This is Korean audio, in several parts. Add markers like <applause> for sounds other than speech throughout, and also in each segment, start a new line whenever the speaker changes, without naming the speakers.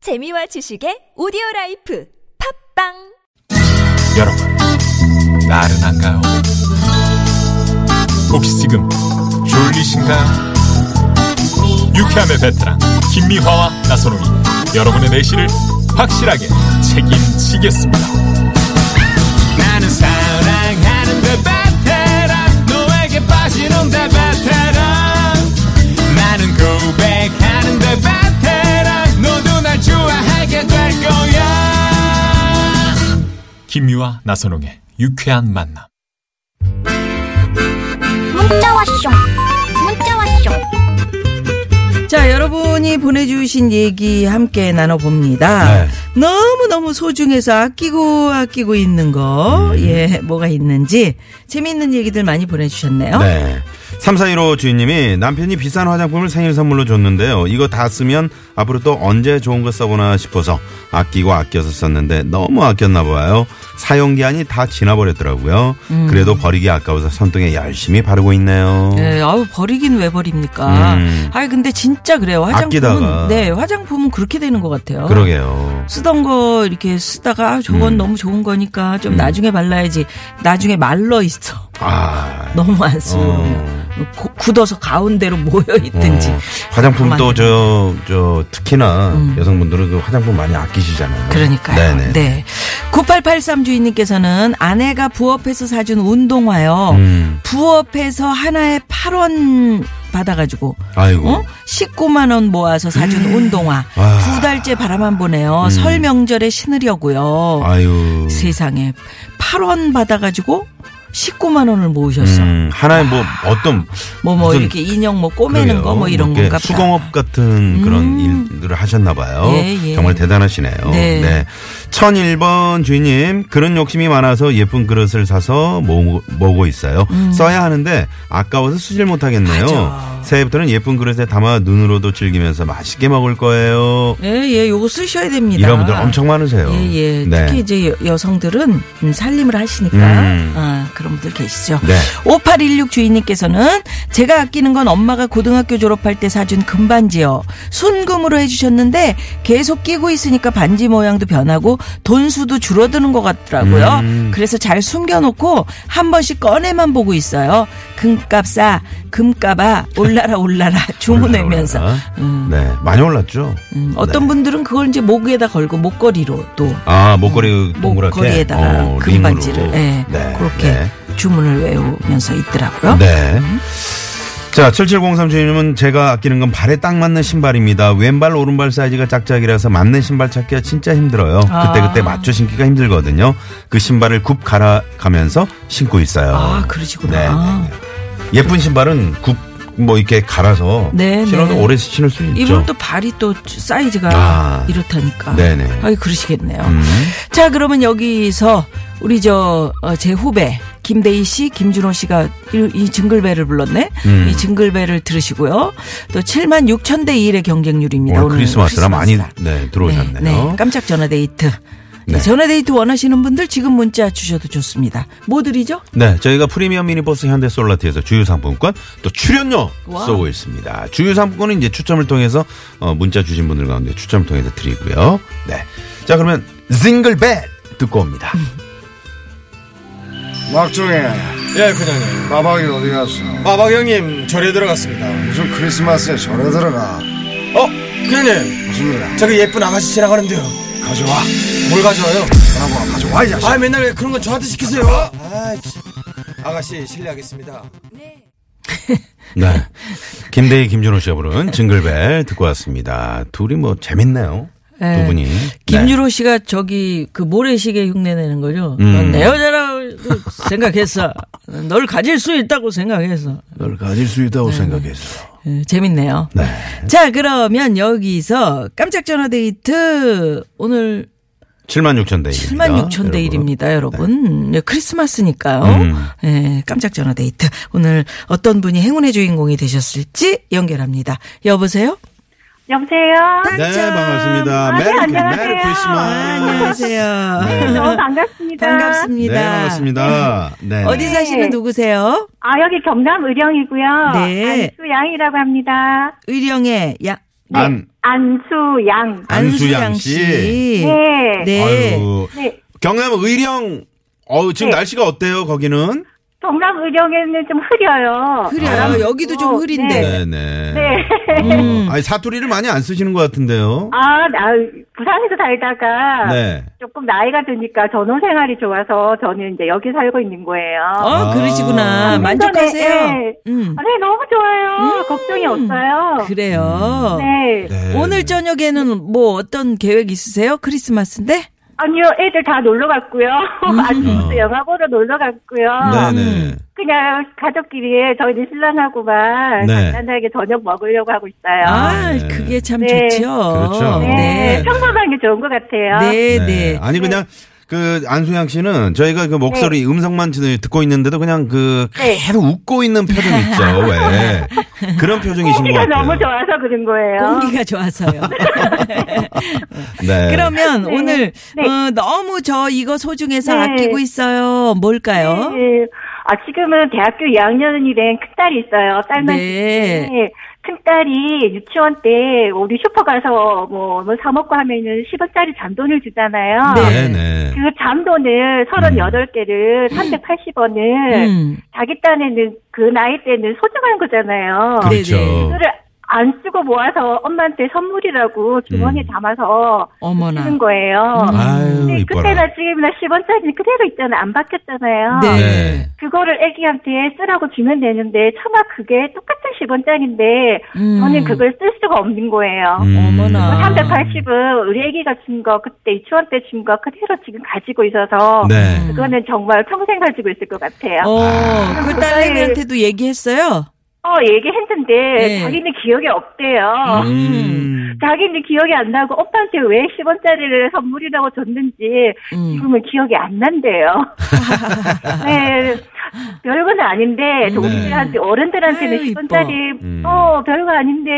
재미와 지식의 오디오 라이프 팝빵
여러분, 나른한가요? 혹시 지금 졸리신가요? 유쾌함의 베테랑 김미화와 나선홍이 여러분의 내실을 확실하게 책임지겠습니다.
나는 사랑하는데
그
베테랑 너에게 빠지는데 베테랑 나는 고백하는데 베테랑 너도 날 좋아하게 될 거야
김미화 나선홍의 유쾌한 만남.
문자 왔쇼 문자 왔쇼
자, 여러분이 보내주신 얘기 함께 나눠봅니다.
네.
너무너무 소중해서 아끼고 아끼고 있는 거,
음.
예, 뭐가 있는지, 재미있는 얘기들 많이 보내주셨네요.
네. 3415 주인님이 남편이 비싼 화장품을 생일 선물로 줬는데요. 이거 다 쓰면 앞으로 또 언제 좋은 거 써보나 싶어서 아끼고 아껴서 썼는데 너무 아꼈나 봐요. 사용기한이 다 지나버렸더라고요. 그래도 버리기 아까워서 손등에 열심히 바르고 있네요.
음. 네, 아우 버리긴 왜 버립니까?
음.
아니 근데 진짜 그래요. 화장품은
아끼다가.
네, 화장품은 그렇게 되는 것 같아요.
그러게요. 음.
쓰던 거 이렇게 쓰다가 아, 저건 너무 좋은 거니까 좀 나중에 발라야지. 나중에 말러 있어. <laughs>
아.
너무 안 쓰면 고- 굳어서 가운데로 모여 음. 있든지.
어, 화장품도 저, 저, 특히나 여성분들은 그 화장품 많이 아끼시잖아요.
음. 그러니까요.
네네.
네. 9883 주인님께서는 아내가 부업해서 사준 운동화요.
음.
부업해서 하나에 8원 받아가지고
아이고.
어? 19만 원 모아서 사준 운동화
아. 음.
두 달째 바라만 보네요. 설 명절에 신으려고요.
아유.
어? 세상에 8원 받아가지고 19만 원을 모으셨어.
음, 하나의 뭐 어떤
뭐 뭐
무슨-
이렇게 인형 뭐 꼬매는 거 뭐 이런
게
건가 보다.
수공업 같은 그런 일들을 하셨나 봐요.
예, 예.
정말 대단하시네요.
네.
1001번 주인님, 그런 욕심이 많아서 예쁜 그릇을 사서 모으고, 모으고 있어요. 써야 하는데 아까워서 쓰질 못하겠네요.
음. 맞아.
새해부터는 예쁜 그릇에 담아 눈으로도 즐기면서 맛있게 먹을 거예요.
예, 예, 요거 쓰셔야 됩니다.
이런 분들 엄청 많으세요.
예, 예.
네.
특히 이제 여- 여성들은 음, 살림을 하시니까
음.
아, 그런 분들 계시죠.
네.
5816 주인님께서는 제가 아끼는 건 엄마가 고등학교 졸업할 때 사준 금반지요. 순금으로 해주셨는데 계속 끼고 있으니까 반지 모양도 변하고 돈수도 줄어드는 것 같더라고요.
음.
그래서 잘 숨겨놓고 한 번씩 꺼내만 보고 있어요. 금값아, 금값아, 올라라 올라라 <laughs> 주문하면서
올라오나? 네. 많이 올랐죠?
음, 어떤
네.
분들은 그걸 이제 목에다 걸고 목걸이로 또
아, 목걸이 동그랗게.
음, 목걸이에다가
어,
금반지를 뭐
링으로.
예, 그렇게
네.
주문을 외우면서 있더라고요.
네. 자, 7703 주님은 제가 아끼는 건 발에 딱 맞는 신발입니다. 왼발, 오른발 사이즈가 짝짝이라서 맞는 신발 찾기가 진짜 힘들어요.
아.
그때그때 맞춰 신기가 힘들거든요. 그 신발을 굽 갈아가면서 신고 있어요.
아
네,
그러시구나.
네, 네. 예쁜 신발은 굽, 뭐 이렇게 갈아서
네,
신어도
네.
오래 신을 수 있죠.
이런 또 발이 또 사이즈가
아.
이렇다니까.
네네.
아이 그러시겠네요.
음.
자 그러면 여기서 우리 저 어, 제 후배 김대희 씨, 김준호 씨가 이, 이 징글벨을 불렀네.
음.
이 징글벨을 들으시고요. 또 7만 6천 대 1의 경쟁률입니다.
오늘 크리스마스라 많이
크리스마스라.
네, 들어오셨네요.
네, 네. 깜짝 전화 데이트.
네.
전화 데이트 원하시는 분들 지금 문자 주셔도 좋습니다. 뭐 드리죠?
네, 저희가 프리미엄 미니버스 현대 솔라티에서 주유 상품권 또 출연료
와.
쏘고 있습니다. 주유 상품권은 이제 추첨을 통해서 어, 문자 주신 분들 가운데 추첨을 통해서 드리고요. 네, 자 그러면 징글벨 듣고 옵니다.
음.
막종해
예, 그냥요.
마박이 어디 갔어
마박 형님, 절에 들어갔습니다.
무슨 크리스마스에 절에 들어가
어? 그냥님,
무슨 일이야
저기 예쁜 아가씨 지나가는데요.
가져와
뭘 가져와요?
전화번호 가져와 이 자식
아, 맨날 왜 그런 건 저한테 시키세요? 아, 참. 아가씨, 실례하겠습니다.
<laughs>
네, 김대희 김준호 씨가 부른 징글벨 듣고 왔습니다. 둘이 뭐 재밌네요.
네.
두 분이 네.
김유로 씨가 저기 그 모래시계 흉내 내는 거죠.
음.
넌내 여자라고 생각했어. 널 가질 수 있다고 생각했어.
널 가질 수 있다고
네.
생각했어.
예, 재밌네요.
네,
자, 그러면 여기서 깜짝 전화 데이트 오늘
7만 6천 대 1.
7만 6천 대 1입니다, 여러분. 예, 크리스마스니까요.
네. 음.
예, 깜짝 전화 데이트. 오늘 어떤 분이 행운의 주인공이 되셨을지 연결합니다. 여보세요?
여보세요.
네, 반갑습니다.
아, 네,
메리,
안녕하세요. 네,
메리
아,
크리스마스.
안녕하세요.
너무 어, 반갑습니다.
네,
반갑습니다.
반갑습니다. 네.
어디 사시는 누구세요?
아 여기 경남 의령이고요.
네.
안수양이라고 합니다.
의령의 야,
안,
안수양.
안수양 씨.
네.
네.
아유.
네.
경남 의령. 어 지금
네.
날씨가 어때요 거기는?
동남 의령에는 좀 흐려요.
아.
흐려요. 여기도 좀
어,
흐린데.
네.
네네.
네. <laughs>
음.
어, 아니 사투리를 많이 안 쓰시는 것 같은데요.
아, 나, 부산에서 살다가
네.
조금 나이가 드니까 전원 생활이 좋아서 저는 이제 여기 살고 있는 거예요.
어,
아.
그러시구나.
아,
만족하세요.
네.
음.
아, 네, 너무 좋아요. 걱정이 없어요.
그래요.
네.
네.
오늘 저녁에는 뭐 어떤 계획 있으세요? 크리스마스인데?
아니요, 애들 다 놀러 갔고요.
음.
<laughs> 아침부터 영화 보러 놀러 갔고요.
네네.
그냥 가족끼리 저희 신랑하고만
네.
간단하게 저녁 먹으려고 하고 있어요.
아,
네.
그게 참
네.
좋죠.
그렇죠.
네,
네.
평범한 게 좋은 것 같아요.
네,
네.
네.
아니 그냥 그 안수양 씨는 저희가 그 목소리 음성만 지- 듣고 있는데도 그냥 그
네.
계속 웃고 있는 표정 있죠. 왜 그런 표정이신 것
공기가
같아요.
너무 좋아서 그런 거예요.
공기가 좋아서요.
<laughs>
네.
그러면
네.
오늘
네.
어, 너무 저 이거 소중해서
네.
아끼고 있어요. 뭘까요?
네. 아, 지금은 대학교 2학년이 된 큰딸이 있어요. 딸만.
네.
네. 큰딸이 유치원 때 우리 슈퍼 가서 뭐, 뭐 사먹고 하면은 10원짜리 잔돈을 주잖아요.
네.
네네.
그 잔돈을 38개를 380원을
음.
자기 딴에는 그 나이 때는 소중한 거잖아요.
네.
그렇죠.
그거를 안 쓰고 모아서 엄마한테 선물이라고 주머니에
음.
담아서
어머나.
쓰는 거예요.
음.
아유
근데
이뻐라.
그때나 지금이나 10원짜리 그대로 있잖아요. 안 바뀌었잖아요.
네.
네.
그거를 애기한테 쓰라고 주면 되는데 차마 그게 똑같은 10원짜리인데
음. 아.
저는 그걸 쓸 수가 없는 거예요.
음.
어머나.
380은 우리 애기가 준 거 그때 유치원 때 준 거 그대로 지금 가지고 있어서
네.
그거는 정말 평생 가지고 있을 것 같아요.
어, 그 딸내미한테도 얘기했어요.
어, 얘기했는데
네.
자기는 기억이 없대요.
음.
자기는 기억이 안 나고 오빠한테 왜 10원짜리를 선물이라고 줬는지
음.
지금은 기억이
<laughs>
안 난대요. 네, 별건 아닌데 동생들한테 어른들한테는
네. 아유,
10원짜리
음.
어 별거 아닌데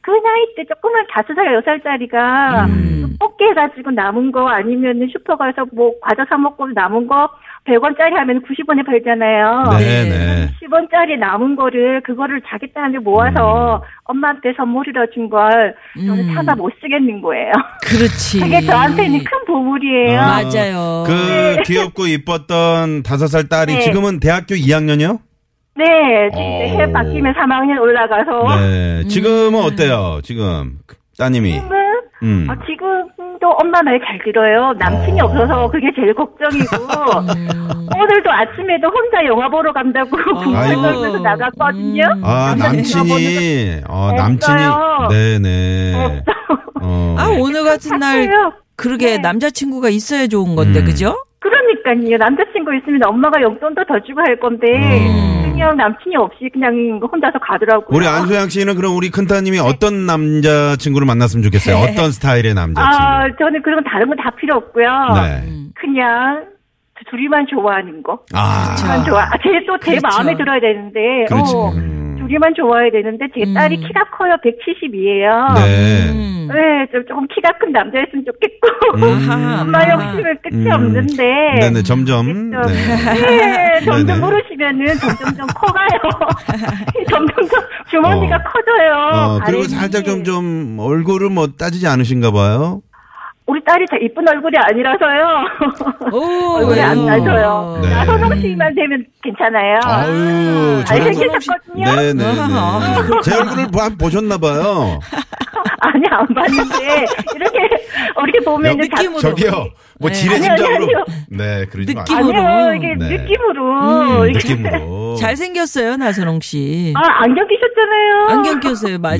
그 나이 때 조그만 다섯 살 여섯 살짜리가
음.
뽑기 해가지고 남은 거 아니면 슈퍼 가서 뭐 과자 사 먹고 남은 거 100원짜리 하면 90원에 팔잖아요.
네네.
10원짜리 남은 거를 그거를 자기 딴에 모아서
음.
엄마한테 선물이라 준 걸 저는
음.
차마 못 쓰겠는 거예요. <laughs>
그렇지.
그게 저한테는 큰 보물이에요.
아,
맞아요. 네.
그 귀엽고 이뻤던 다섯 살 딸이
네.
지금은 대학교 2학년이요?
네, 지금
어.
이제 해 바뀌면 3학년 올라가서
네.
음.
지금은 어때요? 지금 따님이.
지금은
음.
아, 지금도 엄마 말 잘 들어요. 남친이
어.
없어서 그게 제일 걱정이고
<laughs>
오늘도 아침에도 혼자 영화 보러 간다고
아이고.
공부하면서 나갔거든요.
아
음.
남친이 어 남친이
없어요.
네네.
<laughs>
어.
아, 오늘 같은 날
같아요.
그러게
네.
남자친구가 있어야 좋은 건데
음.
그죠?
그러니까요. 남자친구 있으면 엄마가 용돈도 더 주고 할 건데
음.
그냥 남친이 없이 그냥 혼자서 가더라고요.
우리 안소영 씨는 그럼 우리 큰따님이 어떤 남자 친구를 만났으면 좋겠어요.
네.
어떤 스타일의 남자
아, 그렇죠.
친구?
저는 그런 거 다른 거 다 필요 없고요.
네.
그냥 둘이만 좋아하는 거.
아.
둘이만 좋아. 아, 제또 제
그렇죠.
마음에 들어야 되는데.
그렇지.
어,
음.
둘이만 좋아야 되는데 제 딸이 키가 커요. 170이에요.
네.
음.
네, 좀 조금 키가 큰 남자였으면 좋겠고.
아하.
<laughs> 엄마 욕심은 끝이 없는데.
음. 네네 점점.
좀,
네.
네,
네네.
점점 모르시면은 점점점
<laughs>
커가요. <laughs> 점점점 주머니가
어.
커져요.
어 그리고
바람이.
살짝 좀 좀 얼굴을 뭐 따지지 않으신가 봐요.
우리 딸이 다 이쁜 얼굴이 아니라서요.
오,
<laughs> 얼굴이 안
왜요?
나서요.
네.
나선홍 씨만 되면 괜찮아요.
아유 저런 거-
잘생기셨거든요.
네네네.
아하.
제 얼굴을 봐- 보셨나 봐요.
<laughs> 아니 안 봤는데 이렇게 이렇게 보면은
여기
자-
느낌으로.
저기요. 뭐
네.
지레짐작으로.
아니요, 아니요.
네, 그러지 마세요.
느낌으로.
아니요 이게
네. 음,
느낌으로 이게-
느낌으로.
잘생겼어요, 나선홍 씨.
<laughs> 아 안경 끼셨잖아요.
안경 껴서요, 맞아요.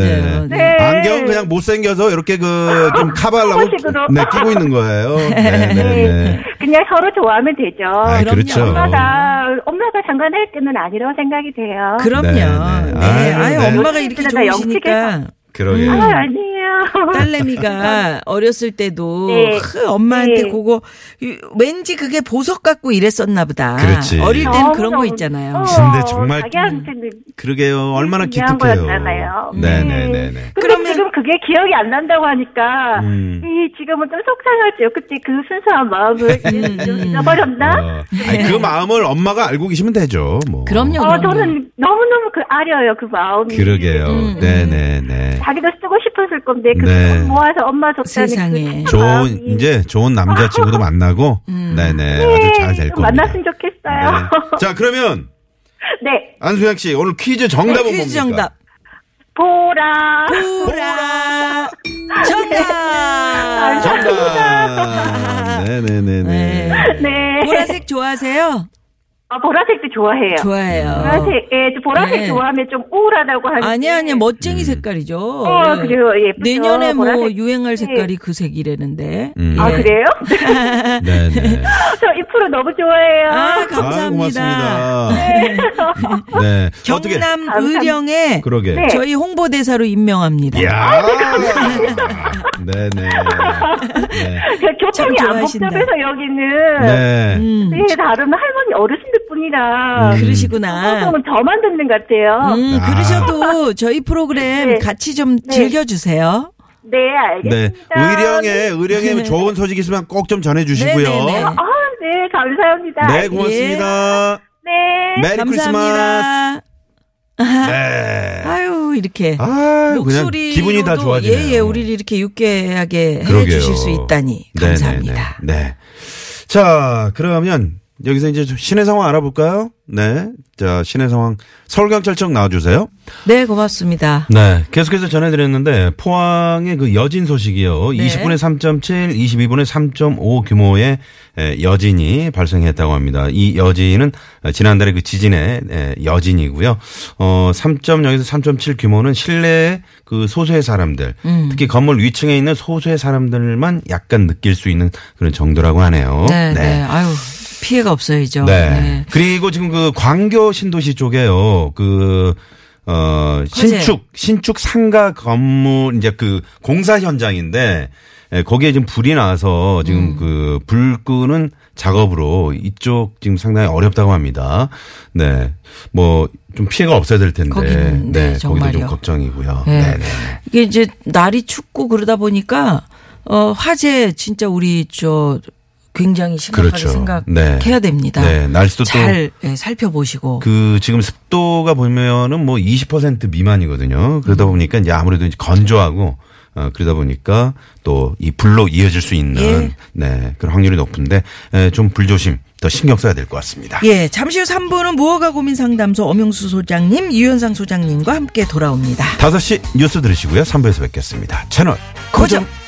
네.
네. 아,
안경 그냥 못생겨서 이렇게 그 좀 커버하려고
소모식으로.
네, 끼고 있는 거예요. 네, 네, 네.
<laughs> 그냥 서로 좋아하면 되죠.
아,
그럼요.
그렇죠.
엄마가 엄마가 장관할 때는 아니라고 생각이 돼요.
그럼요.
네,
네,
네. 아유,
아유,
네.
엄마가 이렇게
그러다
좋으시니까
영식에서.
그러게.
아 아니에요. <laughs>
딸내미가 어렸을 때도
네.
흐, 엄마한테
네.
그거 이- 왠지 그게 보석 갖고 이랬었나 보다.
그렇지.
어릴 땐
너무
그런 거
너무- 어,
있잖아요.
근데 정말
자기한테는
그러게요. 얼마나
중요한
기특해요.
거였잖아요.
네, 네,
네.
네, 네.
근데
그러면-
지금 그게 기억이 안 난다고 하니까
음.
이 지금은 좀 속상하죠. 그때 그
<laughs>
순수한 마음을 이제 좀 잊어버렸나?
어, 아니, 그 마음을 엄마가 알고 계시면 되죠. 뭐.
그럼요.
어, 저는 너무너무 그 아려요 그 마음이.
그러게요. 네, 네, 네.
자기도 쓰고 싶었을 건데 그
네.
돈 모아서 엄마
세상에.
줬다는 그
아,
좋은 이제
<laughs>
좋은 남자친구도 만나고
음.
네네
예,
아주 잘 될 겁니다.
만났으면 좋겠어요.
네. 자 그러면
<laughs> 네.
안수양 씨 오늘 퀴즈 정답은
네, 퀴즈
뭡니까?
정답.
보라.
보라.
아,
정답.
정답. 아, 네네네네.
네.
보라색 좋아하세요?
아, 보라색도 좋아해요.
좋아해요.
네. 보라색, 예, 저 보라색
네.
좋아하면 좀 우울하다고 하는데.
아니 아니 뭐.
음.
멋쟁이 색깔이죠.
어,
예.
그래요. 예쁘죠.
내년에 뭐
보라색.
유행할
네.
색깔이 그 색이라는데.
음.
아,
예. <laughs>
그래요?
네네.
저 이 프로 너무 좋아해요.
아
아,
감사합니다.
고맙습니다. 네. 어떻게?
경남 의령에
그러게. 예.
네.
저희 홍보대사로 임명합니다.
야. 네네. 네.
그 교통이
참
안
좋아하신다.
복잡해서 여기는.
네.
음,
예, 다른 할머니 어르신들 뿐이라.
그러시구나.
방송은 저만 듣는 것 같아요.
음,
음. 아.
그러셔도 저희 프로그램
어. 네.
같이 좀
네.
즐겨주세요.
네,
네.
알겠습니다.
의령에 의령에 좋은 소식 있으면 꼭 좀 전해 주시고요.
네. 네네네.
아, 네, 감사합니다.
네, 고맙습니다.
네.
메리 크리스마스.
감사합니다. 예.
네.
<laughs> 아유, 이렇게.
아, 그냥
목소리
기분이 다 좋아지네요.
예, 예, 우리를 이렇게 유쾌하게
그러게요.
해주실 수 있다니
네네네.
감사합니다.
네, 자, 그러면 여기서 이제 좀 시내 상황 알아볼까요? 네. 자, 시내 상황 서울경찰청 나와주세요.
네, 고맙습니다.
네. 계속해서 전해드렸는데 포항의 그 여진 소식이요.
네.
20분에 3.7, 22분에 3.5 규모의 에, 여진이 발생했다고 합니다. 이 여진은 지난달에 그 지진의 에, 여진이고요. 어 3.0에서 3.7 규모는 실내 그 소수의 사람들, 특히 건물 위층에 있는 소수의 사람들만 약간 느낄 수 있는 그런 정도라고 어? 하네요.
네, 네, 아유, 피해가 없어야죠.
네. 그리고 지금 그 광교 신도시 쪽에요. 그, 어,
화재.
신축, 신축 상가 건물, 이제 그 공사 현장인데, 예, 거기에 지금 불이 나서
음.
지금 그 불 끄는 작업으로 이쪽 지금 상당히 어렵다고 합니다. 네. 뭐, 좀 피해가 없어야 될 텐데.
거기는, 네,
거기도 좀
정말요.
걱정이고요.
네.
네. 네.
이게 이제 날이 춥고 그러다 보니까 어 화재 진짜 우리 저 굉장히 심각하게
그렇죠.
생각해야 됩니다.
네, 날씨도 또
잘 예, 살펴보시고
그 지금 습도가 보면은 뭐 20% 미만이거든요. 그러다 보니까 이제 아무래도 이제 건조하고 어, 그러다 보니까 또 이 불로 이어질 수 있는
예.
네 그런 확률이 높은데 에, 좀 불조심 더 신경 써야 될 것 같습니다.
예, 잠시 후 3부는 무허가 고민 상담소 엄영수 소장님, 이현상 소장님과 함께 돌아옵니다.
5시 뉴스 들으시고요. 3부에서 뵙겠습니다. 채널
고정.
고정.